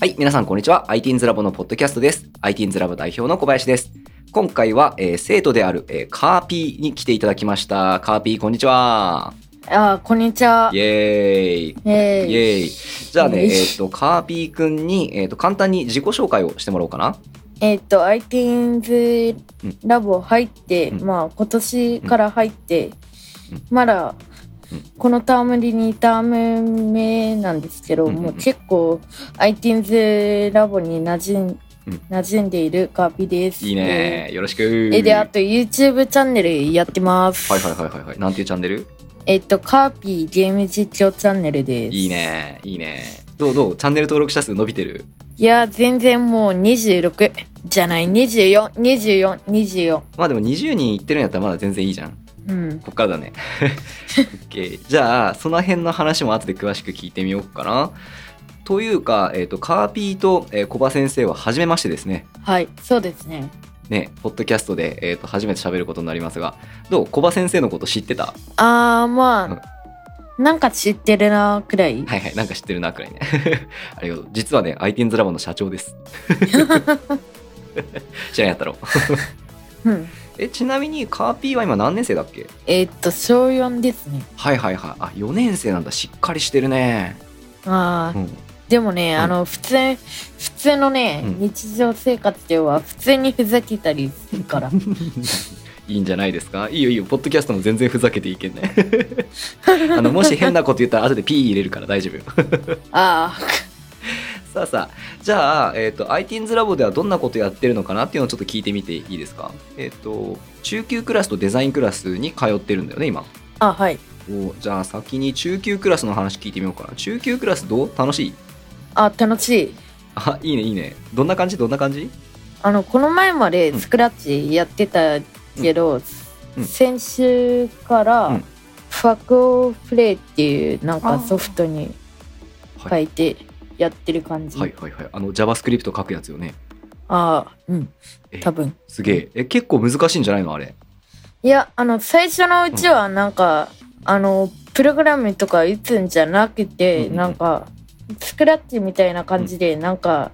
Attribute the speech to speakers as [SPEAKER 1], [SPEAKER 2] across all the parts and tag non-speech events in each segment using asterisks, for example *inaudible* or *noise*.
[SPEAKER 1] はい、皆さんこんにちは。ITINS ラボのポッドキャストです。ITINS ラボ代表の小林です。今回は、えー生徒である、えーカーピーに来ていただきました。カーピー、こんにちは。
[SPEAKER 2] あー、こんにちは
[SPEAKER 1] イ。エーイ。
[SPEAKER 2] イェー
[SPEAKER 1] イ
[SPEAKER 2] イ
[SPEAKER 1] エーイ。じゃあね、
[SPEAKER 2] イエーイ
[SPEAKER 1] えっ、と、カーピーくんに、えっ、と、簡単に自己紹介をしてもらおうかな。
[SPEAKER 2] えっ、と、iTunes
[SPEAKER 1] うん
[SPEAKER 2] ラボ入って、
[SPEAKER 1] うん
[SPEAKER 2] まあ、今年から入って、
[SPEAKER 1] うん
[SPEAKER 2] まだ
[SPEAKER 1] うん、
[SPEAKER 2] このタームで2ターム目なんですけど、
[SPEAKER 1] うんうんうん
[SPEAKER 2] もう結構 iTunes ラボに馴染ん、
[SPEAKER 1] うん
[SPEAKER 2] 馴染んでいるカーピーです。
[SPEAKER 1] いいね。よろしく。
[SPEAKER 2] えー。えで、あと YouTube チャンネルやってます。
[SPEAKER 1] はいはいはいはいはい。なんていうチャンネル
[SPEAKER 2] えっ、と、カーピーゲーム実況チャンネルです。
[SPEAKER 1] いい。ね。いいね。どうどうチャンネル登録者数伸びてる
[SPEAKER 2] いや、全然もう26じゃない、24、24、24。
[SPEAKER 1] まあでも20人いってるんやったらまだ全然いいじゃん。
[SPEAKER 2] うん。
[SPEAKER 1] こっからだね。OK じゃあその辺の話も後で詳しく聞いてみようかな。というか、えー、とカーピーと、えー、小葉先生は初めましてですね。
[SPEAKER 2] はい、そうですね。
[SPEAKER 1] ね、ポッドキャストで、えー、と初めて喋ることになりますがどう小葉先生のこと知ってた
[SPEAKER 2] あー、まあ、なんか知ってるな、くらい。
[SPEAKER 1] はいはいなんか知ってるなくらいね *laughs* ありがとう実はね ITINS ラボの社長です *laughs* 知らんやったろ
[SPEAKER 2] うん。
[SPEAKER 1] えちなみにカーピーは今何年生だっけ
[SPEAKER 2] えーっと、小4ですね。
[SPEAKER 1] はいはいはいあ4年生なんだしっかりしてるね
[SPEAKER 2] あー、
[SPEAKER 1] うん
[SPEAKER 2] でもね、あの、普通、普通のね、
[SPEAKER 1] うん
[SPEAKER 2] 日常生活では普通にふざけたりする
[SPEAKER 1] *laughs*
[SPEAKER 2] から。
[SPEAKER 1] いいんじゃないですかいいよいいよポッドキャストも全然ふざけていけんね *laughs* あのもし変なこと言ったら後でピー入れるから大丈夫
[SPEAKER 2] あ
[SPEAKER 1] *laughs* さあさあじゃあ、えっと ITINS ラボではどんなことやってるのかなっていうのをちょっと聞いてみていいですかえっ、と中級クラスとデザインクラスに通ってるんだよね今
[SPEAKER 2] ー、あ、はい。
[SPEAKER 1] おじゃあ先に中級クラスの話聞いてみようかな中級クラスどう楽しい *laughs*
[SPEAKER 2] あ、楽しい。
[SPEAKER 1] あいいねいいねどんな感じどんな感じ
[SPEAKER 2] あの、この前ま
[SPEAKER 1] う
[SPEAKER 2] で
[SPEAKER 1] ん
[SPEAKER 2] スクラッチやってたけど、
[SPEAKER 1] うん
[SPEAKER 2] 先週から、
[SPEAKER 1] うん
[SPEAKER 2] ファクオプレイっていうなんかソフトに書いてやってる感じ。
[SPEAKER 1] はいはいはいあの JavaScript 書くやつよね
[SPEAKER 2] ああ、うん
[SPEAKER 1] え。
[SPEAKER 2] 多分。
[SPEAKER 1] すげええ結構難しいんじゃないのあれ
[SPEAKER 2] いや、あの、最初のうちはなんか、あの、プログラムとか打つんじゃなく
[SPEAKER 1] うん
[SPEAKER 2] て、
[SPEAKER 1] うんうん
[SPEAKER 2] なんか、スクラッチみたいな感じで、なんか、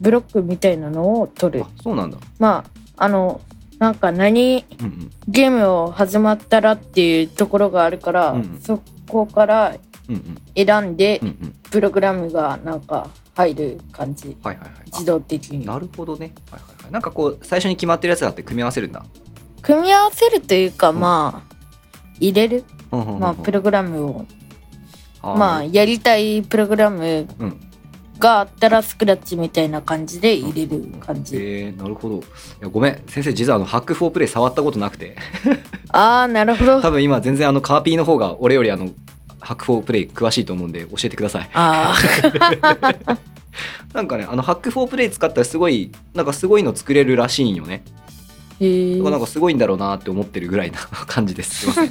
[SPEAKER 2] ブロックみたいなのを取る
[SPEAKER 1] あ。そうなんだ
[SPEAKER 2] まあ、あの、なんか何
[SPEAKER 1] うんうん
[SPEAKER 2] ゲームを始まったらっていうところがあるから、
[SPEAKER 1] うんうん
[SPEAKER 2] そこから
[SPEAKER 1] うんうん
[SPEAKER 2] 選んで
[SPEAKER 1] うん、うん
[SPEAKER 2] プログラムがなんか入る感じ。
[SPEAKER 1] はいはいはい
[SPEAKER 2] 自動的に。
[SPEAKER 1] なるほどね、はいはいはい、なんかこう最初に決まってるやつがあって組み合わせるんだ、
[SPEAKER 2] 組み合わせるというか、
[SPEAKER 1] ん
[SPEAKER 2] まあ、入れる。まあ、プログラムを
[SPEAKER 1] あー
[SPEAKER 2] まあ、やりたいプログラム
[SPEAKER 1] うん
[SPEAKER 2] があったらスクラッチみたいな感じで入れる感じ。
[SPEAKER 1] えー、なるほどいやごめん先生実はあのハックフォープレイ触ったことな
[SPEAKER 2] *laughs*
[SPEAKER 1] くて
[SPEAKER 2] ああ、なるほど。
[SPEAKER 1] 多
[SPEAKER 2] あ
[SPEAKER 1] 分今全然あのカーピーの方が俺よりあのハックフォープレイ詳しいと思うんで教えてください
[SPEAKER 2] あ
[SPEAKER 1] *laughs*
[SPEAKER 2] ー、
[SPEAKER 1] なんかねあのハックフォープレイ使ったらすごいなんかすごいの作れるらしいんよね
[SPEAKER 2] へ
[SPEAKER 1] だからなん
[SPEAKER 2] ー
[SPEAKER 1] かすごいんだろうなって思ってるぐらいな *laughs* 感じですすいません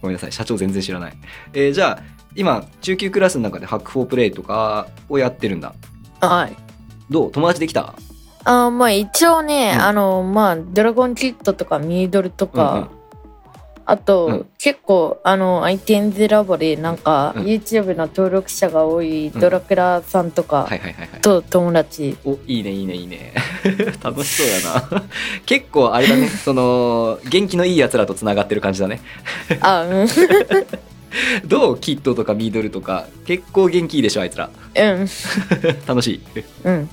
[SPEAKER 1] ごめんなさい社長全然知らない、えーじゃあ今中級クラスの中でハックフォープレイとかをやってるんだ
[SPEAKER 2] はい。
[SPEAKER 1] どう友達できた
[SPEAKER 2] あーまあ一応ね、
[SPEAKER 1] うん
[SPEAKER 2] あの、まあ、ドラゴンキットとかミードルとか、
[SPEAKER 1] うんうん
[SPEAKER 2] あと、
[SPEAKER 1] うん
[SPEAKER 2] 結構、あの、ITNZ ラボでなんか、
[SPEAKER 1] うん
[SPEAKER 2] YouTube の登録者が多いドラクラさんとか
[SPEAKER 1] はいはいはいはい。
[SPEAKER 2] と友達。
[SPEAKER 1] *laughs* おいいねいいねいいね *laughs* 楽しそうやな結構あれだ *laughs* ねその元気のいいやつらとつながってる感じだね
[SPEAKER 2] あ、うん。
[SPEAKER 1] どうキッドとかミードルとか結構元気いいでしょあいつら *laughs*
[SPEAKER 2] うん。
[SPEAKER 1] 楽しい
[SPEAKER 2] うん。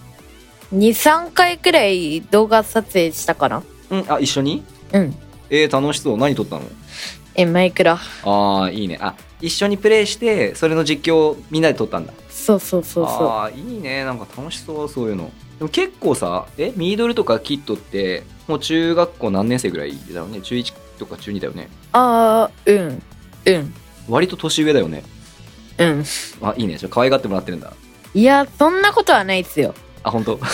[SPEAKER 2] 2、3回くらい動画撮影したかな。
[SPEAKER 1] うんあ一緒に
[SPEAKER 2] うん。
[SPEAKER 1] えー、楽しそう何撮ったの
[SPEAKER 2] え、マイクラ。
[SPEAKER 1] あーいいねあ一緒にプレイしてそれの実況をみんなで撮ったんだ
[SPEAKER 2] そうそうそうそ
[SPEAKER 1] あーいいねなんか楽しそうそういうのでも結構さえミードルとかキッドってもう中学校何年生ぐらいだろうね中1とか中2だよね
[SPEAKER 2] う。ああ、うん。うん。
[SPEAKER 1] 割と年上だよね
[SPEAKER 2] うん。
[SPEAKER 1] あいいねちょっと可愛がってもらってるんだ
[SPEAKER 2] いや、そんなことはないっすよ。
[SPEAKER 1] あ本当 *laughs*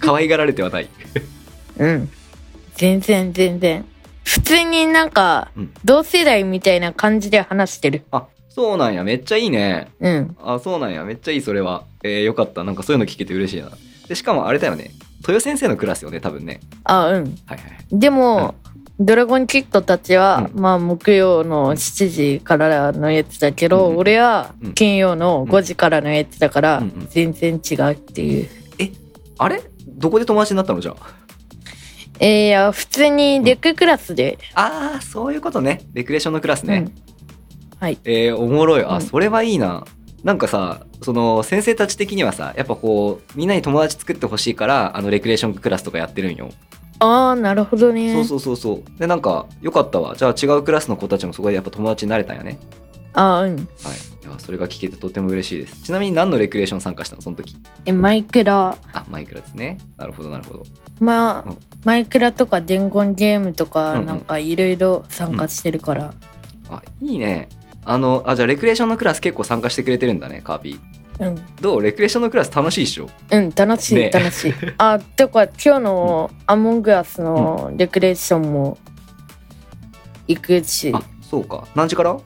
[SPEAKER 1] 可愛がられてはない
[SPEAKER 2] うん。全然全然。普通になんか
[SPEAKER 1] うん、
[SPEAKER 2] 同世代みたいな感じで話してる。
[SPEAKER 1] あそうなんやめっちゃいいね
[SPEAKER 2] うん。
[SPEAKER 1] あそうなんやめっちゃいいそれはえー、よかったなんかそういうの聞けて嬉しいなでしかもあれだよね豊先生のクラスよね多分ね
[SPEAKER 2] あうん。
[SPEAKER 1] はいはい
[SPEAKER 2] でも、ドラゴンキッドたちは、
[SPEAKER 1] う
[SPEAKER 2] まあ木曜の7時からのやつだけど、
[SPEAKER 1] うん
[SPEAKER 2] 俺は
[SPEAKER 1] うん
[SPEAKER 2] 金曜の5時からのやつだから、
[SPEAKER 1] うんうん
[SPEAKER 2] 全然違うっていう。
[SPEAKER 1] あれどこで友達になったのじゃあ
[SPEAKER 2] えー、いや、普通にデッククラスで。
[SPEAKER 1] あーそういうことねレクレーションのクラスね、
[SPEAKER 2] うん
[SPEAKER 1] えーおもろい。あ、
[SPEAKER 2] うん
[SPEAKER 1] それはいいな。なんかさ、その先生たち的にはさ、やっぱこう、みんなに友達作ってほしいから、あの、レクレーションクラスとかやってるんよ。
[SPEAKER 2] ああ、なるほどね。
[SPEAKER 1] そうそうそうそう。で、なんか、よかったわ。じゃあ違うクラスの子たちもそこでやっぱ友達になれたんやね。
[SPEAKER 2] ああ、うん。
[SPEAKER 1] はい。いや、それが聞けてとても嬉しいです。ちなみに何のレクレーション参加したのその時。
[SPEAKER 2] え、マイクラ。
[SPEAKER 1] あ、マイクラですね。なるほど、なるほど。
[SPEAKER 2] まあ、
[SPEAKER 1] うん
[SPEAKER 2] マイクラとか伝言ゲームと
[SPEAKER 1] うん
[SPEAKER 2] か
[SPEAKER 1] うん
[SPEAKER 2] なんかいろいろ参加してるから、
[SPEAKER 1] あ、いいね。あの、あ、じゃあレクレーションのクラス結構参加してくれてるんだね、カービィ。
[SPEAKER 2] うん、
[SPEAKER 1] どうレクレーションのクラス楽しいっしょ
[SPEAKER 2] うん、楽しい、
[SPEAKER 1] ね
[SPEAKER 2] 楽しいあてか今日の「アモングアス」のレクレーションも行くし、
[SPEAKER 1] あ、そうか。何時から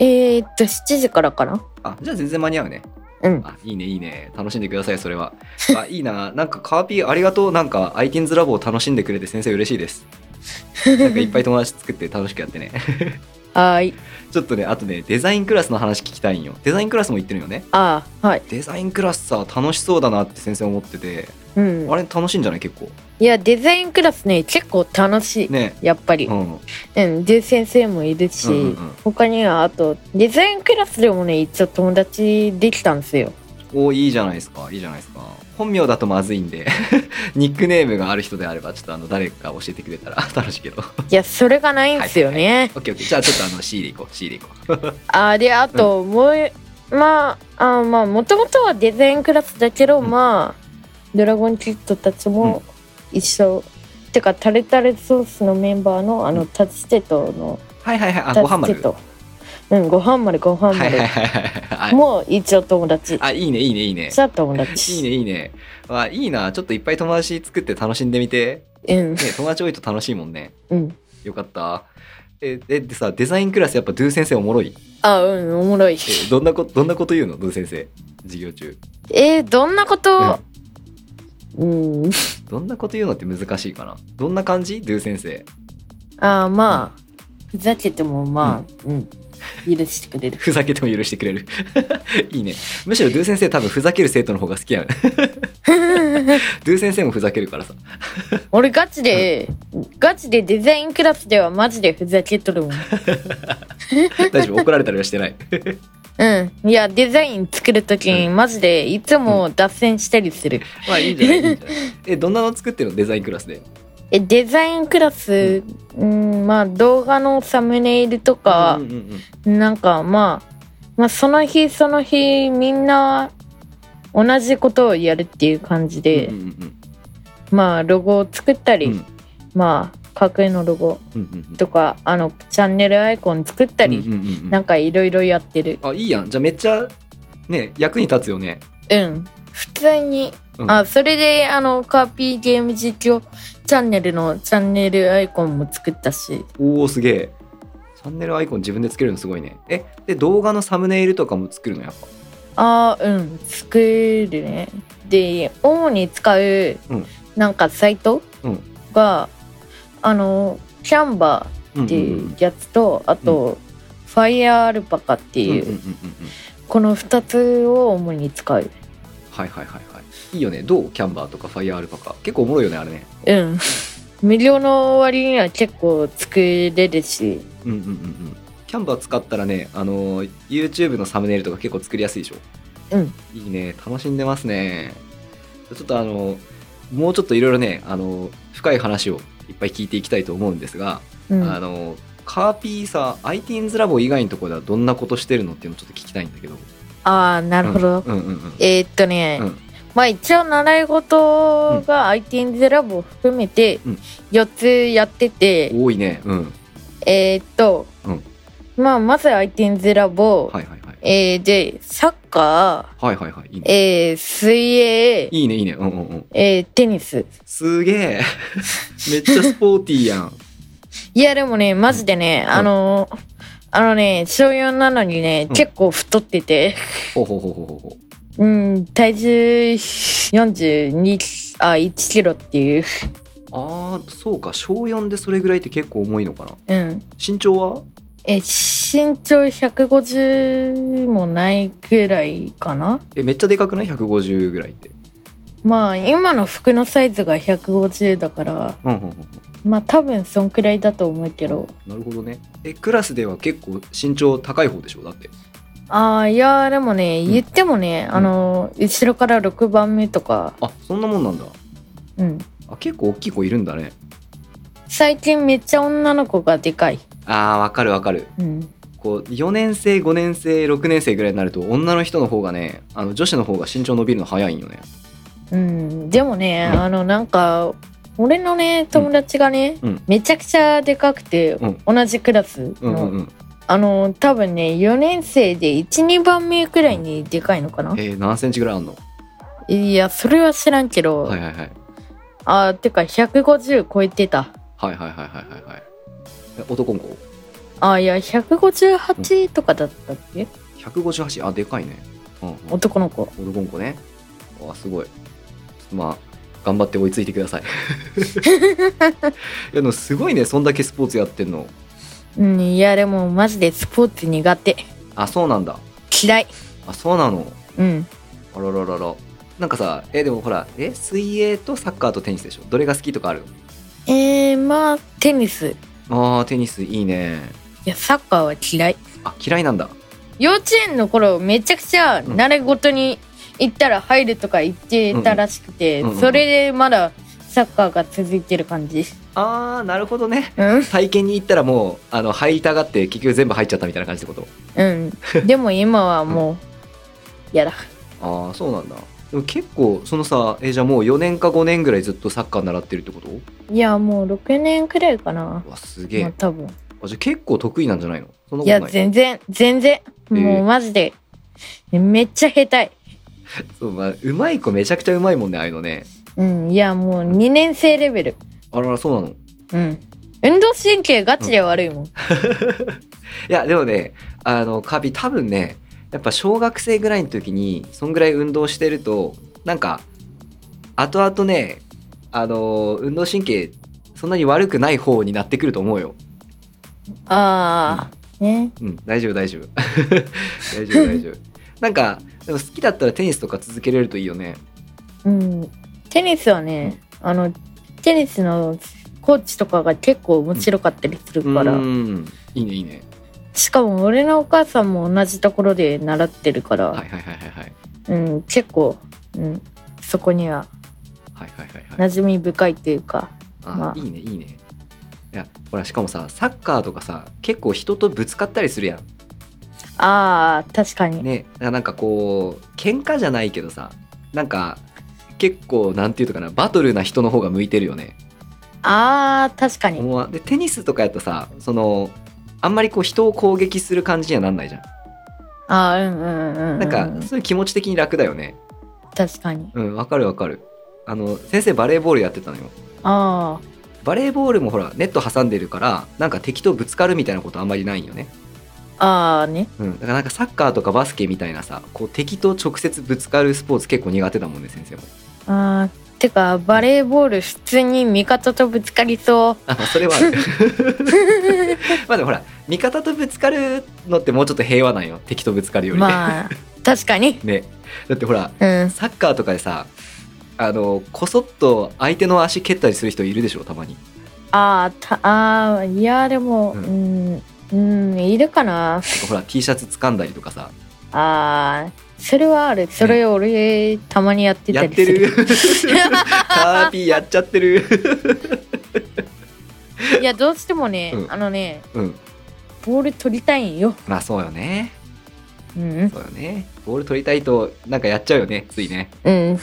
[SPEAKER 2] えー、っと7時からかな
[SPEAKER 1] あ、じゃあ全然間に合うね。
[SPEAKER 2] うん
[SPEAKER 1] あいいねいいね楽しんでくださいそれはあいいななんかカーピーありがとうなんか iTunes ラボを楽しんでくれて先生嬉しいですなんかいっぱい友達作って楽しくやってね
[SPEAKER 2] はーい
[SPEAKER 1] ちょっとねあとねデザインクラスの話聞きたいんよデザインクラスも行ってるよね
[SPEAKER 2] あーはい
[SPEAKER 1] デザインクラスさ楽しそうだなって先生思ってて
[SPEAKER 2] うん
[SPEAKER 1] あれ楽しいんじゃない結構
[SPEAKER 2] いやデザインクラスね結構楽しい、
[SPEAKER 1] ね
[SPEAKER 2] やっぱり
[SPEAKER 1] う、ん
[SPEAKER 2] うん、で先生もいるし、
[SPEAKER 1] うんうんうん
[SPEAKER 2] 他にはあとデザインクラスでもね一応友達できたんですよ
[SPEAKER 1] おいいじゃないですかいいじゃないですか本名だとまずいんで *laughs* ニックネームがある人であればちょっとあの誰か教えてくれたら *laughs* 楽しいけど
[SPEAKER 2] いやそれがないんですよね、
[SPEAKER 1] OKOK じゃあちょっとあの C でいこう C でいこう
[SPEAKER 2] あであと、もうまああまあもともとはデザインクラスだけど、
[SPEAKER 1] うん
[SPEAKER 2] まあドラゴンキッドたちも一緒、てかタルタルソースのメンバーのあ
[SPEAKER 1] う
[SPEAKER 2] の
[SPEAKER 1] ん
[SPEAKER 2] タチテトの
[SPEAKER 1] はいはいはいあ
[SPEAKER 2] タ
[SPEAKER 1] ご飯
[SPEAKER 2] チ
[SPEAKER 1] 丸
[SPEAKER 2] テトうんご飯丸ご飯丸、
[SPEAKER 1] はいはいはいはいはい。
[SPEAKER 2] もう一応友達
[SPEAKER 1] あ、いいね、いいね、いいね
[SPEAKER 2] じ。ゃあ友達
[SPEAKER 1] いいね、いいね。あ、いいな。ちょっといっぱい友達作って楽しんでみて。
[SPEAKER 2] うん
[SPEAKER 1] ね、友達多いと楽しいもんね。
[SPEAKER 2] うん
[SPEAKER 1] よかった。え、ででさ、デザインクラスやっぱドゥ先生おもろい。
[SPEAKER 2] あうんおもろい
[SPEAKER 1] え、どんなこと、どんなこと言うのドゥ先生。授業中。
[SPEAKER 2] えー、どんなこと
[SPEAKER 1] ね
[SPEAKER 2] うん
[SPEAKER 1] どんなこと言うのって難しいかな。どんな感じドゥ先生。
[SPEAKER 2] あまあふざけてもまあ、うん許してくれ
[SPEAKER 1] *laughs*
[SPEAKER 2] る
[SPEAKER 1] ふざけても許してくれる。いいね。むしろドゥ先生多分ふざける生徒の方が好きやね。ドゥ先生もふざけるからさ。
[SPEAKER 2] 俺ガチで、ガチでデザインクラスではマジでふざけとるもん。
[SPEAKER 1] 大丈夫。怒られたりはしてない。
[SPEAKER 2] うん。いや、デザイン作るときにマジでいつも脱線したりする。
[SPEAKER 1] まあいいんじゃないいいんじゃないえ、どんなの作ってるのデザインクラスで。
[SPEAKER 2] え、デザインクラス、うん、まあ動画のサムネイルとか
[SPEAKER 1] うん、うんうんうん
[SPEAKER 2] なんかまあ、まあその日その日みんな同じことをやるっていう感じで、
[SPEAKER 1] うんうんうん
[SPEAKER 2] まあロゴを作ったり、
[SPEAKER 1] うん
[SPEAKER 2] まあ架空のロゴ
[SPEAKER 1] うんうんうん
[SPEAKER 2] とか、あのチャンネルアイコン作ったり、
[SPEAKER 1] うんうんうん
[SPEAKER 2] なんかいろいろやってる。
[SPEAKER 1] あいいやんじゃあめっちゃね役に立つよね
[SPEAKER 2] うん。普通に。
[SPEAKER 1] うん
[SPEAKER 2] あ、それで、あの、カーピーゲーム実況チャンネルのチャンネルアイコンも作ったし。
[SPEAKER 1] おおすげえチャンネルアイコン自分でつけるのすごいねえで動画のサムネイルとかも作るのやっぱ
[SPEAKER 2] あーうん。作るね。で、主に使う、
[SPEAKER 1] ん
[SPEAKER 2] なんかサイト、
[SPEAKER 1] うん
[SPEAKER 2] が、あの、キャンバ
[SPEAKER 1] う
[SPEAKER 2] ー
[SPEAKER 1] んうん
[SPEAKER 2] って
[SPEAKER 1] う
[SPEAKER 2] い
[SPEAKER 1] ん
[SPEAKER 2] うやつと、あと、ファイアーアルパカって
[SPEAKER 1] うんうん
[SPEAKER 2] いうう、
[SPEAKER 1] んうんうん
[SPEAKER 2] この2つを主に使う。
[SPEAKER 1] はいはいはいはいいいよねどうキャンバーとかファイアーアルパカ結構おもろいよねあれね *laughs*
[SPEAKER 2] うん。無料の割には結構作れるし。
[SPEAKER 1] うんうんうんうんキャンバー使ったらねあのー YouTube のサムネイルとか結構作りやすいでしょ
[SPEAKER 2] うん
[SPEAKER 1] いいね楽しんでますねちょっとあのもうちょっといろいろねあの深い話をいっぱい聞いていきたいと思うんですが
[SPEAKER 2] うん、
[SPEAKER 1] あのカーピーさ iTeens ラボ以外のところではどんなことしてるのっていうのをちょっと聞きたいんだけど
[SPEAKER 2] ああなるほど、
[SPEAKER 1] うんうんうん
[SPEAKER 2] えーっとね、
[SPEAKER 1] うん
[SPEAKER 2] まあ一応習い事が IT ゼラボを含めて
[SPEAKER 1] うん
[SPEAKER 2] 4つやってて、
[SPEAKER 1] 多いねうん
[SPEAKER 2] えーっと、
[SPEAKER 1] うん
[SPEAKER 2] まあまず IT ゼラボ、
[SPEAKER 1] はいはいはい
[SPEAKER 2] えーでサッカ
[SPEAKER 1] はいはいはいい
[SPEAKER 2] ー、
[SPEAKER 1] いね
[SPEAKER 2] えー水泳
[SPEAKER 1] いいねいいねうんうんうん
[SPEAKER 2] えーテニス
[SPEAKER 1] すげ *laughs* えめっちゃスポーティーやん
[SPEAKER 2] いやでもねマジでね、
[SPEAKER 1] ん
[SPEAKER 2] あのーあのね小4なのにね、
[SPEAKER 1] うん
[SPEAKER 2] 結構太ってて
[SPEAKER 1] ほうほうほうほうほうほう
[SPEAKER 2] うん体重42あ1キロっていう
[SPEAKER 1] ああそうか小4でそれぐらいって結構重いのかな
[SPEAKER 2] うん。
[SPEAKER 1] 身長は
[SPEAKER 2] え、身長150もないぐらいかな
[SPEAKER 1] えめっちゃでかくない150ぐらいって
[SPEAKER 2] まあ、今の服のサイズが150だから、
[SPEAKER 1] うんうんうんうん
[SPEAKER 2] まあ多分そんくらいだと思うけど。
[SPEAKER 1] なるほどねえクラスでは結構身長高い方でしょだって
[SPEAKER 2] ああ、いやーでもね、
[SPEAKER 1] うん
[SPEAKER 2] 言ってもね、
[SPEAKER 1] ん
[SPEAKER 2] あの、後ろから6番目とか、
[SPEAKER 1] あそんなもんなんだ
[SPEAKER 2] うん。
[SPEAKER 1] あ結構大きい子いるんだね
[SPEAKER 2] 最近めっちゃ女の子がでかい。
[SPEAKER 1] あーわかるわかる
[SPEAKER 2] うん。
[SPEAKER 1] こう4年生5年生6年生ぐらいになると女の人の方がねあの女子の方が身長伸びるの早いんよね
[SPEAKER 2] うん。でもね、
[SPEAKER 1] うん
[SPEAKER 2] あの、なんか、俺のね、友達がね、
[SPEAKER 1] うん
[SPEAKER 2] めちゃくちゃでかくて、
[SPEAKER 1] うん
[SPEAKER 2] 同じクラス
[SPEAKER 1] うん
[SPEAKER 2] の、
[SPEAKER 1] うんうん
[SPEAKER 2] あの、多分ね、4年生で1、2番目くらいにでかいのかな
[SPEAKER 1] えー、何センチぐらいあんの
[SPEAKER 2] いや、それは知らんけど、
[SPEAKER 1] はいはいはい
[SPEAKER 2] あーてか150超えてた。
[SPEAKER 1] はいはいはいはいはいはいえ男の子
[SPEAKER 2] あーいや、158とかだったっけ、
[SPEAKER 1] 158あでかいね、うんうん、
[SPEAKER 2] 男の子。
[SPEAKER 1] オルゴンコねわすごいまあ頑張って追いついてくださいいやでもすごいねそんだけスポーツやってんの
[SPEAKER 2] うん、いや、でもマジでスポーツ苦手。
[SPEAKER 1] あそうなんだ
[SPEAKER 2] 嫌い。
[SPEAKER 1] あそうなの
[SPEAKER 2] うん。
[SPEAKER 1] あららららなんかさえでもほらえ水泳とサッカーとテニスでしょどれが好きとかある
[SPEAKER 2] えー、まあ、テニス。い
[SPEAKER 1] あーテニスいいね
[SPEAKER 2] や、サッカーは嫌い。
[SPEAKER 1] あ嫌いなんだ
[SPEAKER 2] 幼稚園の頃、めちゃくちゃ
[SPEAKER 1] うん
[SPEAKER 2] 慣れ事に行ったら入るとか言ってたらしくて、
[SPEAKER 1] うんうん
[SPEAKER 2] それでまだサッカーが続いてる感じ。
[SPEAKER 1] あーなるほどね
[SPEAKER 2] うん。
[SPEAKER 1] 体験に行ったらもうあの入りたがって結局全部入っちゃったみたいな感じってこと
[SPEAKER 2] うん。でも今はもう、やだ。
[SPEAKER 1] ああそうなんだでも結構そのさえじゃあもう4年か5年ぐらいずっとサッカー習ってるってこと
[SPEAKER 2] いや、もう6年くらいかな。
[SPEAKER 1] うわすげえ、
[SPEAKER 2] まあ、多分。
[SPEAKER 1] あじゃあ結構得意なんじゃないのそんないこと
[SPEAKER 2] や、
[SPEAKER 1] ない
[SPEAKER 2] 全然、全然。
[SPEAKER 1] えー
[SPEAKER 2] もうマジで。めっちゃ下手い。
[SPEAKER 1] そう、まあ、うまい子めちゃくちゃうまいもんねああいうのね
[SPEAKER 2] うん。いや、もう2年生レベル。
[SPEAKER 1] あららそうなのい
[SPEAKER 2] うん。運動神経ガチで悪いもん。
[SPEAKER 1] やでもねあのカビ多分ねやっぱ小学生ぐらいの時にそんぐらい運動してるとなんか後々ねあの運動神経そんなに悪くない方になってくると思うよ
[SPEAKER 2] ああ。ね。
[SPEAKER 1] うん大丈夫大丈夫 *laughs* 大丈夫大
[SPEAKER 2] *laughs*
[SPEAKER 1] 丈夫なんかでも好きだったらテニスとか続けれるといいよね
[SPEAKER 2] うん。テニスはね、あの、テニスのコーチとかが結構面白かったりする
[SPEAKER 1] う
[SPEAKER 2] から。
[SPEAKER 1] んいいねいいね
[SPEAKER 2] しかも俺のお母さんも同じところで習ってるから、
[SPEAKER 1] はいはいはいはいはい
[SPEAKER 2] うん、結構、うん、そこには
[SPEAKER 1] はいはいはいはい
[SPEAKER 2] 馴染み深いというか。
[SPEAKER 1] あ、
[SPEAKER 2] まあ
[SPEAKER 1] いいねいいねいやほらしかもさサッカーとかさ結構人とぶつかったりするやん
[SPEAKER 2] ああ、確かに。
[SPEAKER 1] ねだからなんかこう喧嘩じゃないけどさなんか結構なんていうのかなバトルな人の方が向いてるよね
[SPEAKER 2] ああ、確かに。
[SPEAKER 1] 思わでテニスとかやったさそのあんまりこう人を攻撃する感じにはなんないじゃん
[SPEAKER 2] ああ、うんうんうんうん。
[SPEAKER 1] なんかそういう気持ち的に楽だよね
[SPEAKER 2] 確かに。
[SPEAKER 1] うんわかるわかるあの先生バレーボールやってたのよ
[SPEAKER 2] あ
[SPEAKER 1] バレーボールもほらネット挟んでるからなんか敵とぶつかるみたいなことあんまりないんよね
[SPEAKER 2] あ、ああね。
[SPEAKER 1] うん、だからなんかサッカーとかバスケみたいなさこう敵と直接ぶつかるスポーツ結構苦手だもんね先生も
[SPEAKER 2] ああ、てか、バレーボール普通に味方とぶつかりそう。
[SPEAKER 1] あまあそれはあ
[SPEAKER 2] *laughs*
[SPEAKER 1] るまあでもほら味方とぶつかるのってもうちょっと平和なんよ敵とぶつかるよりね,、
[SPEAKER 2] まあ、確かに。
[SPEAKER 1] *laughs* ねだってほら
[SPEAKER 2] うん。
[SPEAKER 1] サッカーとかでさあのこそっと相手の足蹴ったりする人いるでしょたまに
[SPEAKER 2] ああ、た、ああ、いや、でも、うん、うん、いるかな。
[SPEAKER 1] なんかほら T シャツ掴んだりとかさ
[SPEAKER 2] ああ、それはある。それ俺、たまにやって
[SPEAKER 1] や
[SPEAKER 2] た
[SPEAKER 1] っ
[SPEAKER 2] りす
[SPEAKER 1] て
[SPEAKER 2] る。
[SPEAKER 1] る *laughs* カーピーやっちゃってる *laughs*
[SPEAKER 2] いや、どうしてもね、
[SPEAKER 1] うん
[SPEAKER 2] あのね、
[SPEAKER 1] うん
[SPEAKER 2] ボール取りたいんよ。
[SPEAKER 1] まあそうよね
[SPEAKER 2] うん。
[SPEAKER 1] そうよねボール取りたいとなんかやっちゃうよねついね
[SPEAKER 2] うん。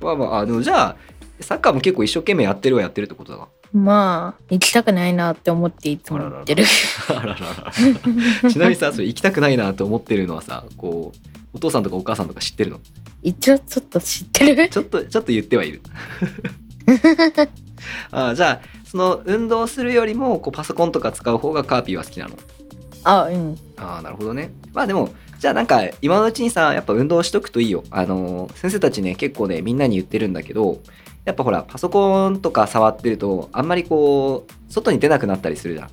[SPEAKER 1] まあまあ、あの、じゃあ、サッカーも結構一生懸命やってるはやってるってことだな。
[SPEAKER 2] まあ、行きたくないなって思っていつも行ってる。
[SPEAKER 1] あららら *laughs* ちなみにさ、それ行きたくないなと思ってるのはさ、こう、お父さんとかお母さんとか知ってるの
[SPEAKER 2] *laughs* 一応ちょっと知ってる
[SPEAKER 1] ちょっと、ちょっと言ってはいる。あじゃあ、その、運動するよりも、こう、パソコンとか使う方がカーピーは好きなの。
[SPEAKER 2] あうん
[SPEAKER 1] ああ、なるほどね。まあでも、じゃあなんか今のうちにさやっぱ運動しとくといいよあの先生たちね結構ねみんなに言ってるんだけどやっぱほらパソコンとか触ってるとあんまりこう外に出なくなったりするじゃん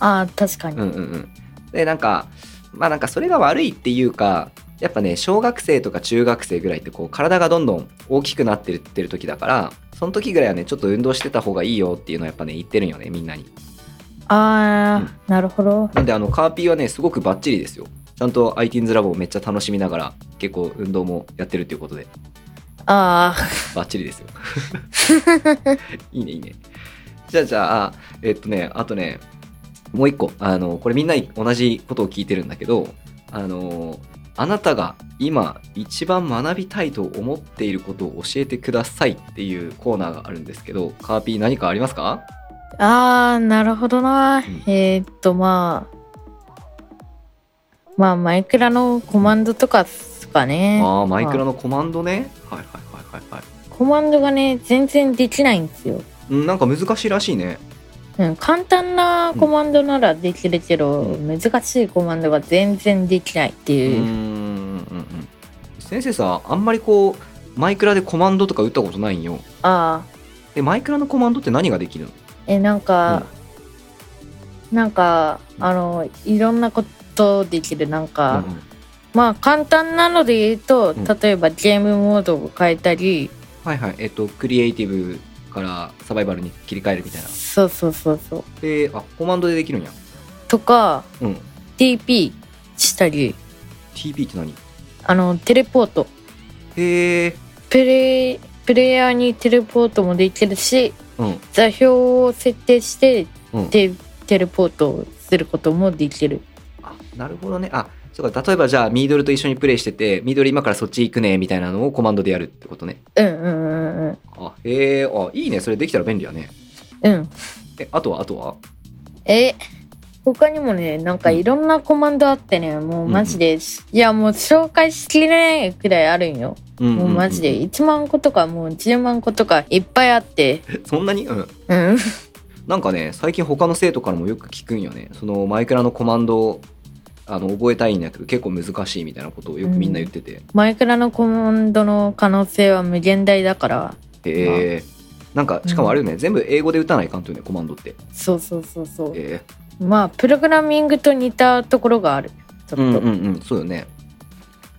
[SPEAKER 2] ああ確かに、
[SPEAKER 1] うんうんうん、でなんかまあなんかそれが悪いっていうかやっぱね小学生とか中学生ぐらいってこう体がどんどん大きくなってるってる時だからその時ぐらいはねちょっと運動してた方がいいよっていうのはやっぱね言ってるんよねみんなに
[SPEAKER 2] ああ、なるほど
[SPEAKER 1] なんであのカーピーはねすごくバッチリですよちゃんと ITINS ラボをめっちゃ楽しみながら結構運動もやってるっていうことで
[SPEAKER 2] あ
[SPEAKER 1] バッチリですよ *laughs* いいねいいねじゃあじゃあえっとねあとねもう一個あのこれみんな同じことを聞いてるんだけどあのあなたが今一番学びたいと思っていることを教えてくださいっていうコーナーがあるんですけどカーピー何かありますか
[SPEAKER 2] あああなるほどな、
[SPEAKER 1] ん
[SPEAKER 2] えーっとまあまあマイクラのコマンドとかっすかね
[SPEAKER 1] ああマイクラ
[SPEAKER 2] ま
[SPEAKER 1] のコマンドねはいはいはいはいはい
[SPEAKER 2] あコマンドがね全然できないんですよ、
[SPEAKER 1] うんなんか難しいらしいね
[SPEAKER 2] うん、簡単なコマンドならできるけど、
[SPEAKER 1] う
[SPEAKER 2] 難しいコマンドが全然できないって
[SPEAKER 1] うーんう
[SPEAKER 2] い
[SPEAKER 1] ん
[SPEAKER 2] う、
[SPEAKER 1] うん先生さあんまりこうマイクラでコマンドとか打ったことないんよ
[SPEAKER 2] ああ
[SPEAKER 1] でマイクラのコマンドって何ができるの
[SPEAKER 2] えなんか、なんか
[SPEAKER 1] うん
[SPEAKER 2] あのいろんなことできるなんか、
[SPEAKER 1] うんうん
[SPEAKER 2] まあ簡単なので言うと、
[SPEAKER 1] うん
[SPEAKER 2] 例えばゲームモードを変えたり
[SPEAKER 1] はいはいえっ、とクリエイティブからサバイバルに切り替えるみたいな
[SPEAKER 2] そうそうそうそう
[SPEAKER 1] であコマンドでできるんや
[SPEAKER 2] とか
[SPEAKER 1] うん
[SPEAKER 2] TP したり
[SPEAKER 1] TP って何
[SPEAKER 2] あのテレポート
[SPEAKER 1] へえ
[SPEAKER 2] プレイプレイヤーにテレポートもできるし
[SPEAKER 1] うん
[SPEAKER 2] 座標を設定して
[SPEAKER 1] うん
[SPEAKER 2] テテレポートすることもできる
[SPEAKER 1] あなるほどねあそうか例えばじゃあミードルと一緒にプレイしててミードル今からそっち行くねみたいなのをコマンドでやるってことね
[SPEAKER 2] うんうんうんうん
[SPEAKER 1] あへえあいいねそれできたら便利やね
[SPEAKER 2] うん
[SPEAKER 1] えあとはあとは
[SPEAKER 2] え他にもねなんかいろんなコマンドあってねもうマジで、いやもう紹介しきれないくらいあるんよ
[SPEAKER 1] うん
[SPEAKER 2] もうマジで
[SPEAKER 1] いい
[SPEAKER 2] 1万個とかもう10万個とかいっぱいあって
[SPEAKER 1] *laughs* そんなにうん
[SPEAKER 2] うん *laughs*
[SPEAKER 1] なんかね最近他の生徒からもよく聞くんよねそのマイクラのコマンドをあの覚えたいんだけど結構難しいみたいなことをよくみんな言ってて、
[SPEAKER 2] マイクラのコマンドの可能性は無限大だから
[SPEAKER 1] へえなんかしかもあれよね、全部英語で打たないかんとよねコマンドって
[SPEAKER 2] そうそうそうそう、
[SPEAKER 1] え
[SPEAKER 2] まあプログラミングと似たところがあるちょっ
[SPEAKER 1] うん
[SPEAKER 2] と、
[SPEAKER 1] うんうんそうよね、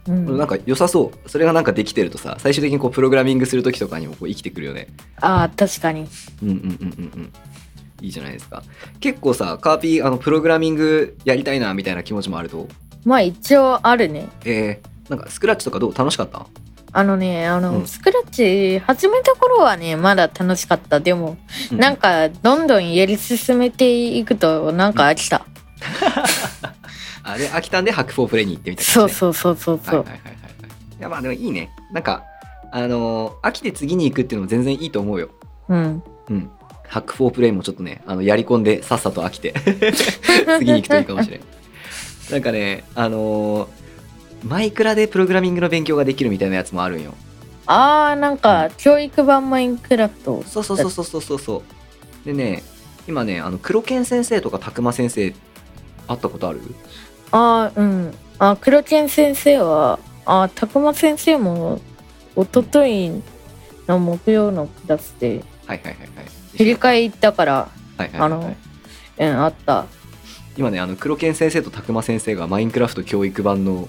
[SPEAKER 2] うん
[SPEAKER 1] なんか良さそうそれがなんかできてるとさ最終的にこうプログラミングする時とかにもこう生きてくるよね
[SPEAKER 2] ああ確かに
[SPEAKER 1] うんうんうんうんうんいいじゃないですか結構さカーピーあのプログラミングやりたいなみたいな気持ちもあると
[SPEAKER 2] まあ一応あるね
[SPEAKER 1] えー、なんかスクラッチとかどう楽しかった
[SPEAKER 2] あのねあの、
[SPEAKER 1] うん
[SPEAKER 2] スクラッチ始めた頃はねまだ楽しかったでも
[SPEAKER 1] う
[SPEAKER 2] なんかどんどんやり進めていくとなんか飽きた、
[SPEAKER 1] あれ飽きたんでハクフォープレイに行ってみたいな、
[SPEAKER 2] そうそうそうそう
[SPEAKER 1] はい
[SPEAKER 2] そ
[SPEAKER 1] は
[SPEAKER 2] う
[SPEAKER 1] いはいはいはいいやまあでもいいねなんかあのー飽きて次に行くっていうのも全然いいと思うよ
[SPEAKER 2] うん
[SPEAKER 1] うん。ハックフォープレイもちょっとね、あの、やり込んで *laughs* さっさと飽きて、次に行くといいかもしれん。なんかね、あのーマイクラでプログラミングの勉強ができるみたいなやつもあるんよ。
[SPEAKER 2] *laughs* あーなんか教育版マインクラフト
[SPEAKER 1] そうそうそうそうそうそうそう。でね、今ね、あの、黒剣先生とかたくま先生、会ったことある
[SPEAKER 2] あーうんあ黒剣先生はあーたくま先生も一昨日の木曜のクラスで
[SPEAKER 1] はいはいはいはい。
[SPEAKER 2] 振り替え行ったから
[SPEAKER 1] はいはい
[SPEAKER 2] あ
[SPEAKER 1] はいはい
[SPEAKER 2] のうんあった
[SPEAKER 1] 今ね、あの、黒剣先生とたくま先生がマインクラフト教育版の、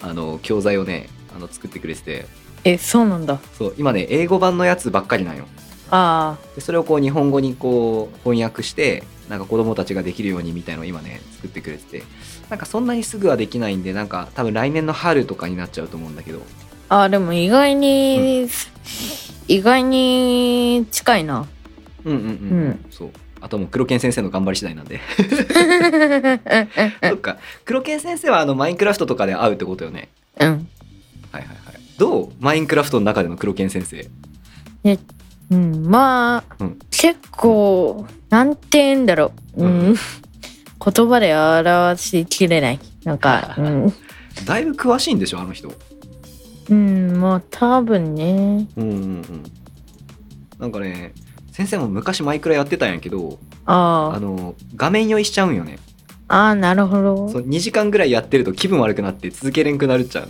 [SPEAKER 1] あの、教材をね、あの、作ってくれてて、
[SPEAKER 2] えそうなんだ
[SPEAKER 1] そう、今ね、英語版のやつばっかりなんよ。
[SPEAKER 2] あ
[SPEAKER 1] でそれをこう日本語にこう翻訳してなんか子供たちができるようにみたいのを今ね作ってくれててなんかそんなにすぐはできないんでなんか多分来年の春とかになっちゃうと思うんだけど
[SPEAKER 2] ーあーでも意外に、意外に近い
[SPEAKER 1] *laughs*
[SPEAKER 2] な
[SPEAKER 1] うんうんうん、
[SPEAKER 2] うん
[SPEAKER 1] そうあともう黒剣先生の頑張り次第なんでそっか黒剣先生はあのマインクラフトとかで会うってことよね
[SPEAKER 2] うん
[SPEAKER 1] はいはいはいどうマインクラフトの中での黒剣先生
[SPEAKER 2] うんまあ、
[SPEAKER 1] うん
[SPEAKER 2] 結構なんて言うんだろう、うん *laughs*
[SPEAKER 1] う
[SPEAKER 2] 言葉で表しきれないなん
[SPEAKER 1] *laughs*
[SPEAKER 2] かうん、
[SPEAKER 1] だいぶ詳しいんでしょあの人
[SPEAKER 2] うん、もう多分ね
[SPEAKER 1] うんうんうんなんかね先生も昔マイクラやってたんやけど
[SPEAKER 2] あ
[SPEAKER 1] あの画面酔いしちゃうんよね
[SPEAKER 2] ああなるほど
[SPEAKER 1] そう2時間ぐらいやってると気分悪くなって続けれんくなるじゃん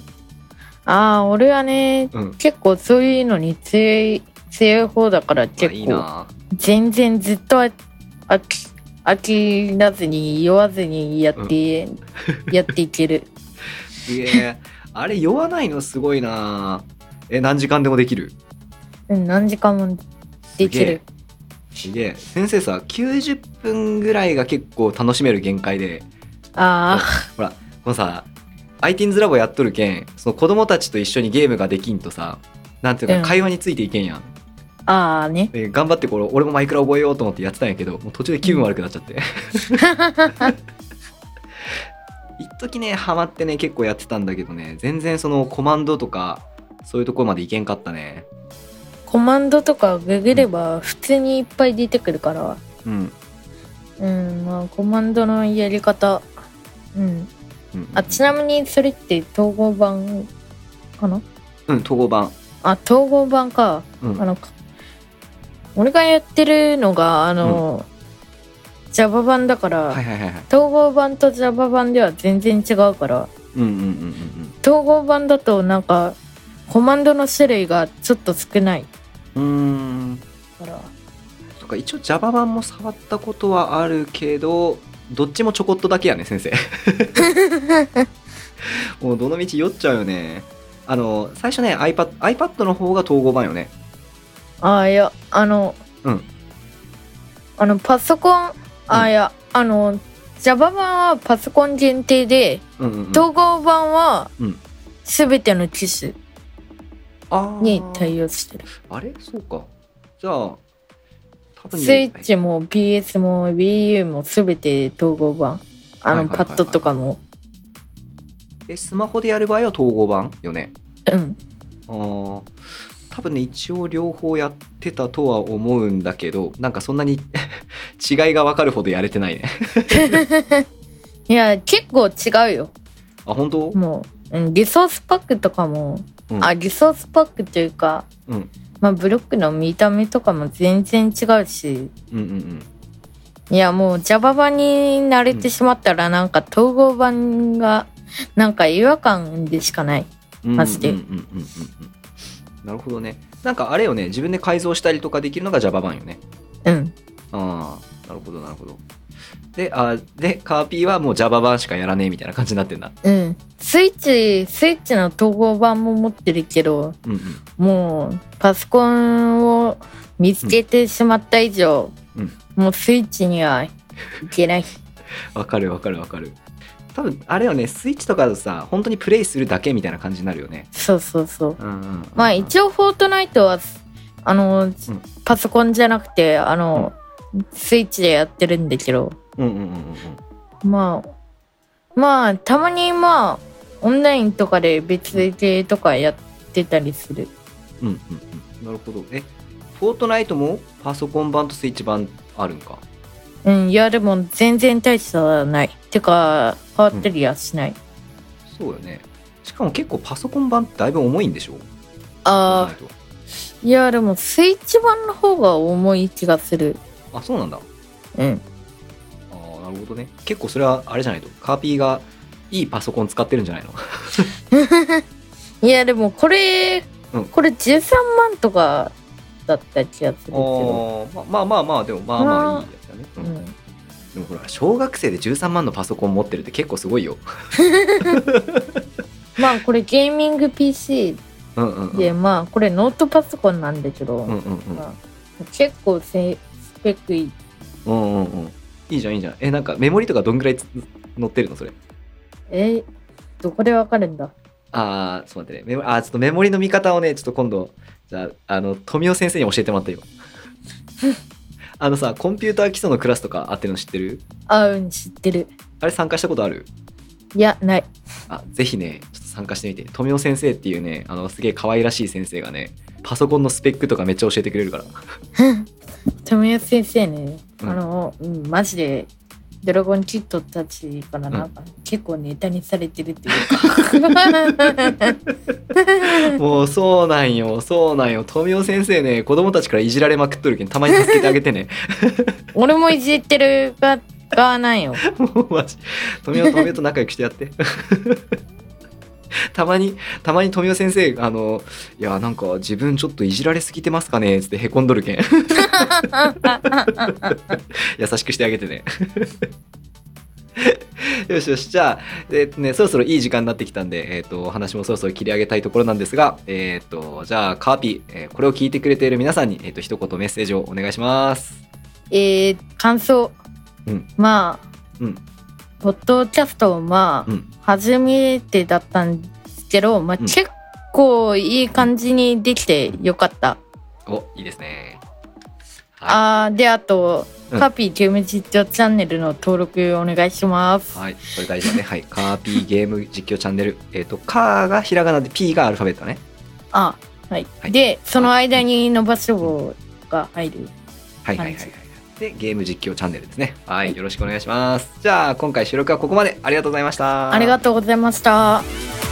[SPEAKER 2] ああ俺はね
[SPEAKER 1] うん
[SPEAKER 2] 結構そういうのに強い強い方だから
[SPEAKER 1] まあ
[SPEAKER 2] 結
[SPEAKER 1] いい
[SPEAKER 2] 構
[SPEAKER 1] な
[SPEAKER 2] 全然ずっと飽き飽きらずに酔わずにやって、やっていけ
[SPEAKER 1] *laughs*
[SPEAKER 2] る
[SPEAKER 1] すげえあれ酔わないのすごいなえ何時間でもできる
[SPEAKER 2] うん何時間もできる
[SPEAKER 1] すげえ先生さ90分ぐらいが結構楽しめる限界で
[SPEAKER 2] ああ
[SPEAKER 1] このさ ITINS ラボやっとるけんその子供たちと一緒にゲームができんとさなんていう
[SPEAKER 2] うん
[SPEAKER 1] か会話についていけんやん、
[SPEAKER 2] ああね
[SPEAKER 1] で頑張ってこれ俺もマイクラ覚えようと思ってやってたんやけどもう途中で気分悪くなっちゃ *laughs* って一時ねハマってね結構やってたんだけどね全然そのコマンドとかそういうところまでいけんかったね
[SPEAKER 2] コマンドとかググれば普通にいっぱい出てくるから
[SPEAKER 1] うん、
[SPEAKER 2] うんまあコマンドのやり方うん
[SPEAKER 1] うん、
[SPEAKER 2] あちなみにそれって統合版かな
[SPEAKER 1] うん統合版
[SPEAKER 2] あ統合版か
[SPEAKER 1] うん
[SPEAKER 2] あのか俺がやってるのがあの、Java 版だから、
[SPEAKER 1] はいはいはいはい
[SPEAKER 2] 統合版と Java 版では全然違うから
[SPEAKER 1] うんうんうん
[SPEAKER 2] 統合版だとなんかコマンドの種類がちょっと少ない
[SPEAKER 1] うんうんうーん
[SPEAKER 2] から
[SPEAKER 1] そっか一応 Java 版も触ったことはあるけどどっちもちょこっとだけやね先
[SPEAKER 2] *laughs*
[SPEAKER 1] 生もうどの道酔っちゃうよねあの最初ね iPad, iPad の方が統合版よね
[SPEAKER 2] ああいやあの、
[SPEAKER 1] うん
[SPEAKER 2] あのパソコンああ、
[SPEAKER 1] うん
[SPEAKER 2] いやあの Java 版はパソコン限定で
[SPEAKER 1] うんうん、うん、
[SPEAKER 2] 統合版は
[SPEAKER 1] うん
[SPEAKER 2] 全ての機種
[SPEAKER 1] あー
[SPEAKER 2] に対応してる
[SPEAKER 1] あれそうかじゃあ多分ね
[SPEAKER 2] スイッチも PS も WiiU も全て統合版あ
[SPEAKER 1] はい
[SPEAKER 2] の
[SPEAKER 1] はいはい
[SPEAKER 2] パ
[SPEAKER 1] はい
[SPEAKER 2] ッドとかも
[SPEAKER 1] えスマホでやる場合は統合版よね
[SPEAKER 2] うん
[SPEAKER 1] あー多分ね一応両方やってたとは思うんだけどなんかそんなに *laughs* 違いが分かるほどやれてないね
[SPEAKER 2] いや結構違うよ
[SPEAKER 1] あ本当
[SPEAKER 2] もう、うん、リソースパックとかも、
[SPEAKER 1] うん
[SPEAKER 2] あリソースパックというか、
[SPEAKER 1] うん
[SPEAKER 2] まあ、ブロックの見た目とかも全然違うし
[SPEAKER 1] うんうんうん
[SPEAKER 2] いやもう Java 版に慣れてしまったらなんか統合版がなんか違和感でしかないマジで
[SPEAKER 1] うんうんうんうんうんうんなるほどねなんかあれよね自分で改造したりとかできるのが Java 版よね
[SPEAKER 2] うん
[SPEAKER 1] ああなるほどなるほどであーでカーピーはもう Java 版しかやらねえみたいな感じになってんだ
[SPEAKER 2] うんスイッチスイッチの統合版も持ってるけど
[SPEAKER 1] うんうん
[SPEAKER 2] もうパソコンを見つけてしまった以上、
[SPEAKER 1] うん
[SPEAKER 2] もうスイッチにはいけ *laughs* ない
[SPEAKER 1] わかるわかるわかる多分あれよねスイッチとかだとさ本当にプレイするだけみたいな感じになるよね
[SPEAKER 2] そうそうそう
[SPEAKER 1] うんうんうんうん
[SPEAKER 2] まあ一応「フォートナイトは」あの、パソコンじゃなくてあの、スイッチでやってるんだけど
[SPEAKER 1] うんうんうんうんうん
[SPEAKER 2] まあまあたまにまあオンラインとかで別でとかやってたりする
[SPEAKER 1] うんうんうんなるほどえフォートナイトもパソコン版とスイッチ版あるんか
[SPEAKER 2] うんいやでも全然大差ないてか変わったりはしない、
[SPEAKER 1] そうよねしかも結構パソコン版ってだいぶ重いんでしょ
[SPEAKER 2] ああ
[SPEAKER 1] フォートナイ
[SPEAKER 2] いやでもスイッチ版の方が重い気がする
[SPEAKER 1] トあそうなんだ
[SPEAKER 2] うん
[SPEAKER 1] あーなるほどね結構それはあれじゃないとカーピーがいいパソコン使ってるんじゃない *laughs* の
[SPEAKER 2] いやでもこれ、
[SPEAKER 1] うん
[SPEAKER 2] これ13万とかだった気がするけど
[SPEAKER 1] あーまあまあまあまあでもまあまあいいやつだね、
[SPEAKER 2] う
[SPEAKER 1] うん
[SPEAKER 2] ん
[SPEAKER 1] でもほら小学生で13万のパソコン持ってるって結構すごいよ
[SPEAKER 2] まあこれゲーミング PC
[SPEAKER 1] うんうんうん
[SPEAKER 2] で、まあこれノートパソコンなんだけど、
[SPEAKER 1] うんうんうん
[SPEAKER 2] まあ結構せスペックいい
[SPEAKER 1] うんうんうんいいじゃんいいじゃんえなんかメモリとかどんぐらいつ載ってるのそれ
[SPEAKER 2] えどこでわかるんだ
[SPEAKER 1] あーちょっと待ってねメモあーちょっとメモリの見方をねちょっと今度じゃああの富尾先生に教えてもらった *laughs* よあのさコンピューター基礎のクラスとかあってるの知ってる
[SPEAKER 2] あうん知ってる
[SPEAKER 1] あれ参加したことある
[SPEAKER 2] いやない
[SPEAKER 1] あぜひねちょっと参加してみて富尾先生っていうねあのすげえ可愛らしい先生がねパソコンのスペックとかめっちゃ教えてくれるから
[SPEAKER 2] 富安先生ね、
[SPEAKER 1] うん
[SPEAKER 2] あの、うん、マジでドラゴンキッドたちからなんか、結構ネタにされてるっていうか *laughs*
[SPEAKER 1] もうそうなんよそうなんよ富尾先生 *laughs* ね子供たちからいじられまくっとるけんたまに助けてあげてね
[SPEAKER 2] 俺もいじってるが使わないよ。
[SPEAKER 1] もうマジ富男富男と仲良くしてやって *laughs* たまにたまに富男先生あの「いやなんか自分ちょっといじられすぎてますかね」っつってへこんどるけん優しくしてあげてね *laughs* よしよしじゃあ、えっとね、そろそろいい時間になってきたんで、えっとお話もそろそろ切り上げたいところなんですが、えっとじゃあカーピー、えーこれを聞いてくれている皆さんに、えっと一言メッセージをお願いします。
[SPEAKER 2] *laughs* えー、感想。
[SPEAKER 1] うん
[SPEAKER 2] まあ、
[SPEAKER 1] うん
[SPEAKER 2] ポッドキャストをまあ、
[SPEAKER 1] うん
[SPEAKER 2] 初めてだったんですけど、まあ、
[SPEAKER 1] うん
[SPEAKER 2] 結構いい感じにできてよかった。
[SPEAKER 1] おいいですね。は
[SPEAKER 2] あーで、あと、
[SPEAKER 1] うん
[SPEAKER 2] カピーゲーム実況チャンネルの登録お願いします。
[SPEAKER 1] い、はい、これ大事だね。はい、カーピーゲーム実況チャンネル。えっ、と、カーがひらがなで、P がアルファベットだね。
[SPEAKER 2] あ、はい。
[SPEAKER 1] はい
[SPEAKER 2] で、その間に伸ばし棒が入る。
[SPEAKER 1] はいはいはいはい
[SPEAKER 2] は。
[SPEAKER 1] で、ゲーム実況チャンネルですね。はい、よろしくお願いします。じゃあ、今回収録はここまで。ありがとうございました。
[SPEAKER 2] ありがとうございました。
[SPEAKER 1] 「